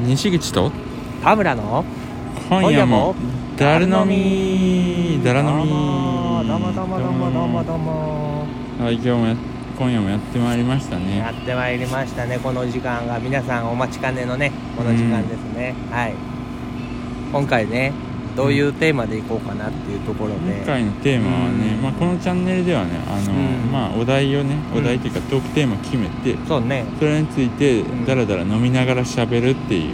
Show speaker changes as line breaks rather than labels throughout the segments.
西口と
田村の
今夜もだるのみ
み
だらのみ
どうもどうもどうもどうもどうも
はい今日もや今夜もやってまいりました
や
ね
ってまいりましたねこの時間が皆さんお待ちかねのねこの時間ですねはい今回ねどういうテーマでいこうかなっていうところで
今回のテーマはね、
うん
まあ、このチャンネルではねあの、
うん
まあ、お題をね
うん
お題というかトークテーマ決めて、
そうね
それについて
うん
ダラダラ飲みながら喋るっていうね、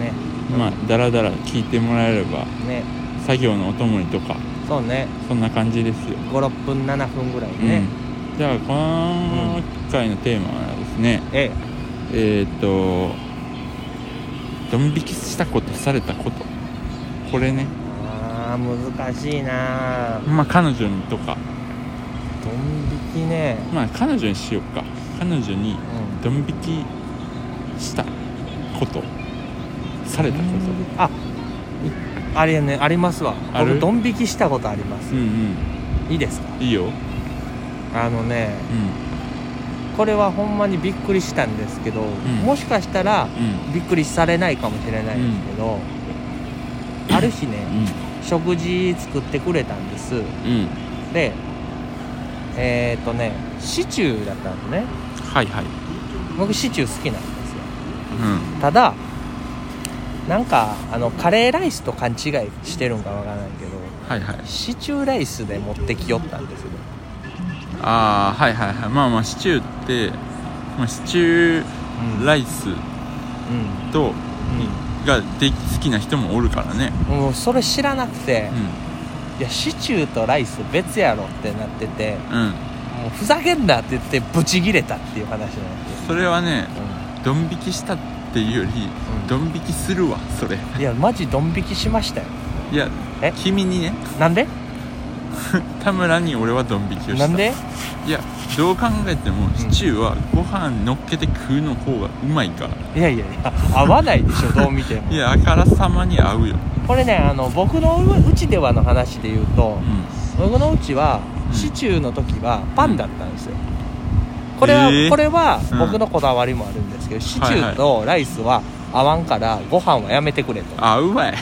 ね
まあダラダラ聞いてもらえれば
ね
作業のお供にとか
そうね
そんな感じですよ、
56分7分ぐらいね
うん、じゃあ今回のテーマはですね、
え
えーっ、とドン引きしたことされたことこれね
えあー難しいな
まあ彼女にとか
ドン引きね
まあ彼女にしようか彼女に
うん
ドン引きしたことされたこと
ああれねありますわ
ある
僕ドン引きしたことあります
うん
いいですか
うんいいよ
あのね
う
これはほんまにびっくりしたんですけど、
ん
もしかしたら
ん
びっくりされないかもしれないですけど、ある日ね食事作ってくれたんです
うんうんうん
でえっ、とねシチューだったのね
はいはい
僕シチュー好きなんですよ
う
ただなんかあのカレーライスと勘違いしてるんかわからないけど
んはいはい
シチューライスで持ってきよったんですよ
ああはいはいはいまあまあシチューって、まあ、シチューライス
う
と、がで好きな人もおるからね
ん、うん、もうそれ知らなくて、
う
いやシチューとライス別やろってなってて
んうん
もうふざけんなって言ってブチギレたっていう話になって
それはねドン引きしたっていうより、
ん
ドン引きするわそれ
うん、いやマジドン引きしましたよ
いや
え
君にね
なんで
田村に俺はドン引きをした
なんで
いやどう考えてもシチューはご飯乗っけて食うの方がうまいから、
いやいやいや合わないでしょどう見ても
いやあからさまに合うよ
これねあの僕のうちではの話で言うと
う
僕のうちは
うん
シチューの時はパンだったんですよこれは、
えー
これは
うん
僕のこだわりもあるんですけど、シチューとライスは合わんからご飯はやめてくれと
ん合うわい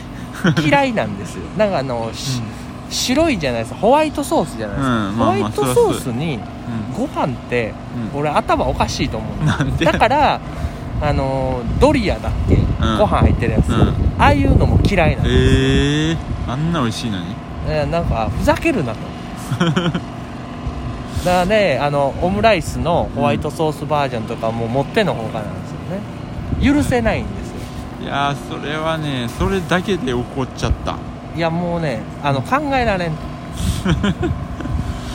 嫌いなんですよなんかあの、し白いじゃないですかホワイトソースじゃないですか、
うんまあまあ
ホワイトソースに
う
ご飯って
んうん
俺頭おかしいと思うんです
なんで
だからあのドリアだっけ、ご飯入ってるやつ、
うん
ああいうのも嫌いなんです、
ええー、あんな美味しいのに
えーなんかふざけるなとだからねあのオムライスのホワイトソースバージョンとかもう持ってのほかなんですよね許せないんですよ
いやーそれはねそれだけで怒っちゃった
いやもうねあの考えられん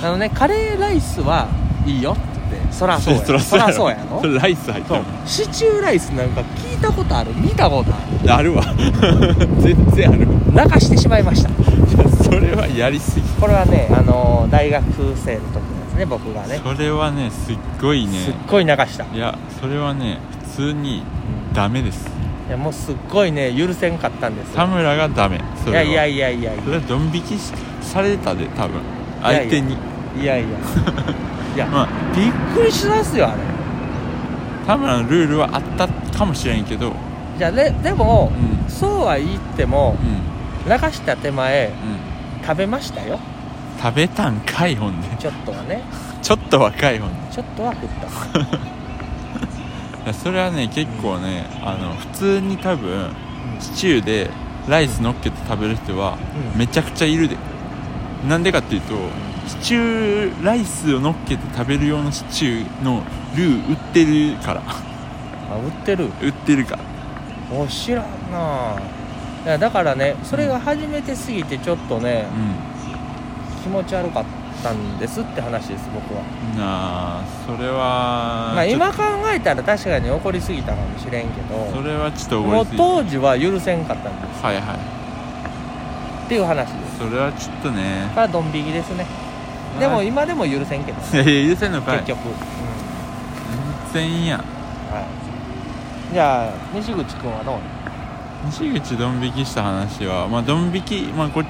あのねカレーライスはいいよって言ってそらそうやそらそうやろ
それライス入って
そ
る
うシチューライスなんか聞いたことある見たことあ
あるわ 全然ある
る泣かしてしまいました
いやそれはやりすぎ、
これはねあの大学生の時ですね僕がね
それはねすっごい
すっ
ね
ごい泣かした、
いやそれはね普通に
うん
ダメです
いやもうすっごいね許せんかったんですよ
田村がダメそ
い
れ
や
はい
やいやいやい
それはドン引きしされたで多分
やいや
相手に
やいやいや いや、
ま
びっくりしますよあれ
あ田村のルールはあったかもしれんけど
じゃあででも
う、ん
そうは言っても
うん
泣かした手前
うん
食べましたよ
食べたんかいほんで
ちょっとはね
ちょっと若いほんで
ちょっとは食った
いやそれはね結構ねあの普通に多分シチューでライス乗っけて食べる人は
うん
めちゃくちゃいるで、なんでかっていうとシチューライスを乗っけて食べる用のシチューのルー売ってるから
あ売ってる
売ってるから
お知らんなあいやだからねそれが初めてすぎてちょっとね
う
気持ち悪かったんですって話です僕は、
んなあそれは
まあ、
ちょっ
今考えたら確かに怒りすぎたかもしれんけ
とそ
ど
れはちょっと覚
も
え
う
て
当時は許せんかったんです
はいはい
っていう話です
それはちょっとね
からドン引きですねでも今でも許せんけど
いやいや許せんのかい
結局、うん
全員や
はい、じゃあ西口君はどう
西口ドン引きした話はまあドン引きまあこっち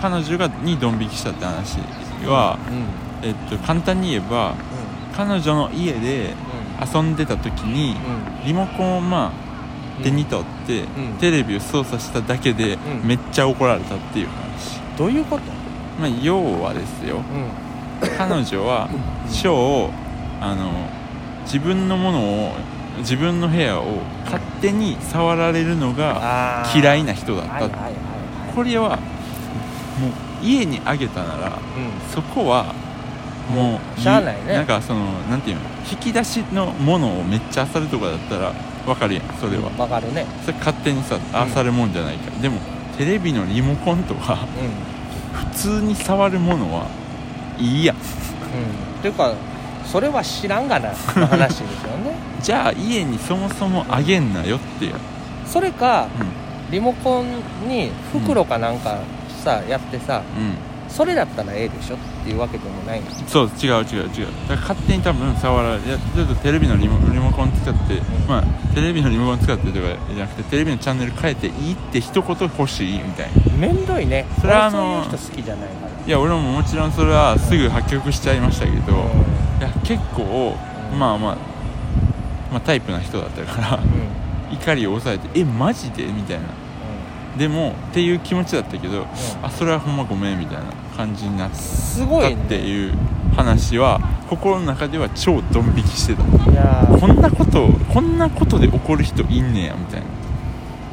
彼女がにドン引きしたって話は、
うんうん
えっと、簡単に言えば彼女の家で遊んでた時にリモコンをまあ手に取って、
うん
テレビを操作しただけで、
うん
めっちゃ怒られたっていう話
どういうこと
まあ要はですよ
うん
彼女は
うん
賞をあの自分のものを自分の部屋を勝手に触られるのが
あー
嫌いな人だ
はいは
っ
い
た
はいはい
これはもう家にあげたならそこはもう
しゃあないね
なんかそのなんていうの引き出しのものをめっちゃ漁るとかだったらわかるやんそれ
うん
は
わかるね
それ勝手にさ
うん
漁るもんじゃないからでもテレビのリモコンとか
うんうん
普通に触るものはいいやん
っていうかそれは知らんがなの話ですよ ね
じゃあ家にそもそもあげんなよっていう
それか
う
リモコンに袋かなんかさやってさ
ん、
それだったらええでしょっていうわけでもないの
うん、そう違う違う違うだから勝手に多分触られいやちょっとテレビのリモリモコン使って、まあテレビのリモコン使ってとかじゃなくてテレビのチャンネル変えていいって一言欲しいみたいな
めんどいね
それは
俺
あの
そういう人好きじゃないから
いや俺ももちろんそれはすぐ破局しちゃいましたけど、いや結構
うん
まあまあまあタイプな人だったから
うんうん
怒りを抑えて「えマジで?」みたいなでもっていう気持ちだったけど、あそれはほんまごめんみたいな感じになって
すごい
っ
ね
ていう話は心の中では超ドン引きしてた
いやー
こんなことこんなことで怒る人いんねやみたい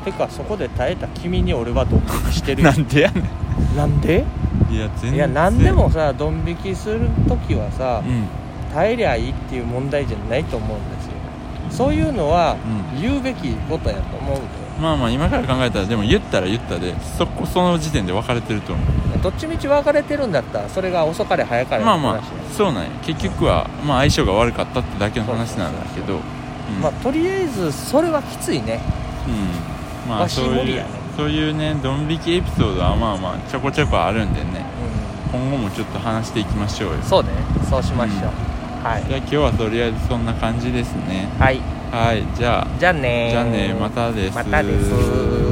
てかそこで耐えた君に俺はドン引きしてる
な
よ
なんでやね
なんで
んいや全然
いや何でもさドン引きする時はさ
うん
耐えりゃいいっていう問題じゃないと思うんですよそういうのは
う
言うべきことやと思うで、
まあまあ今から考えたらでも言ったら言ったでそこその時点で別れてると思う
どっちみち別れてるんだったらそれが遅かれ早かれの
まあま
話だし、
あそうなんや結局は、まあ、相性が悪かったってだけの話なんだけどうん
まあとりあえずそれはきついね
うんまあ
わし
そう
無理
い
や
う
ね
そういうねドン引きエピソードはまあまあちょこちょこあるんでね
う
今後もちょっと話していきましょうよ
んそうねそうしましょう、
うん
はい
じゃあ今日はとりあえずそんな感じですね
はい
はいじゃあ
じゃあねー
じゃあねまたです
またです